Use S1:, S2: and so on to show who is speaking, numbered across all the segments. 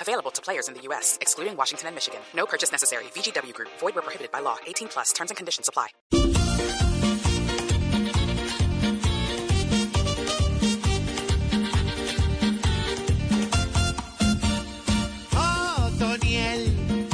S1: Available to players in the U.S., excluding Washington and Michigan. No purchase necessary. VGW Group, void were prohibited by law. 18 plus terms and conditions apply.
S2: Oh, Toniel,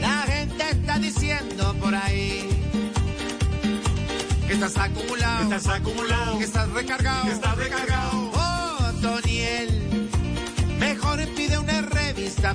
S2: la gente está diciendo por ahí que estás acumulado,
S3: Estás acumulado,
S2: que estás recargado,
S3: que estás recargado.
S2: Oh, Toniel, mejor pide una revista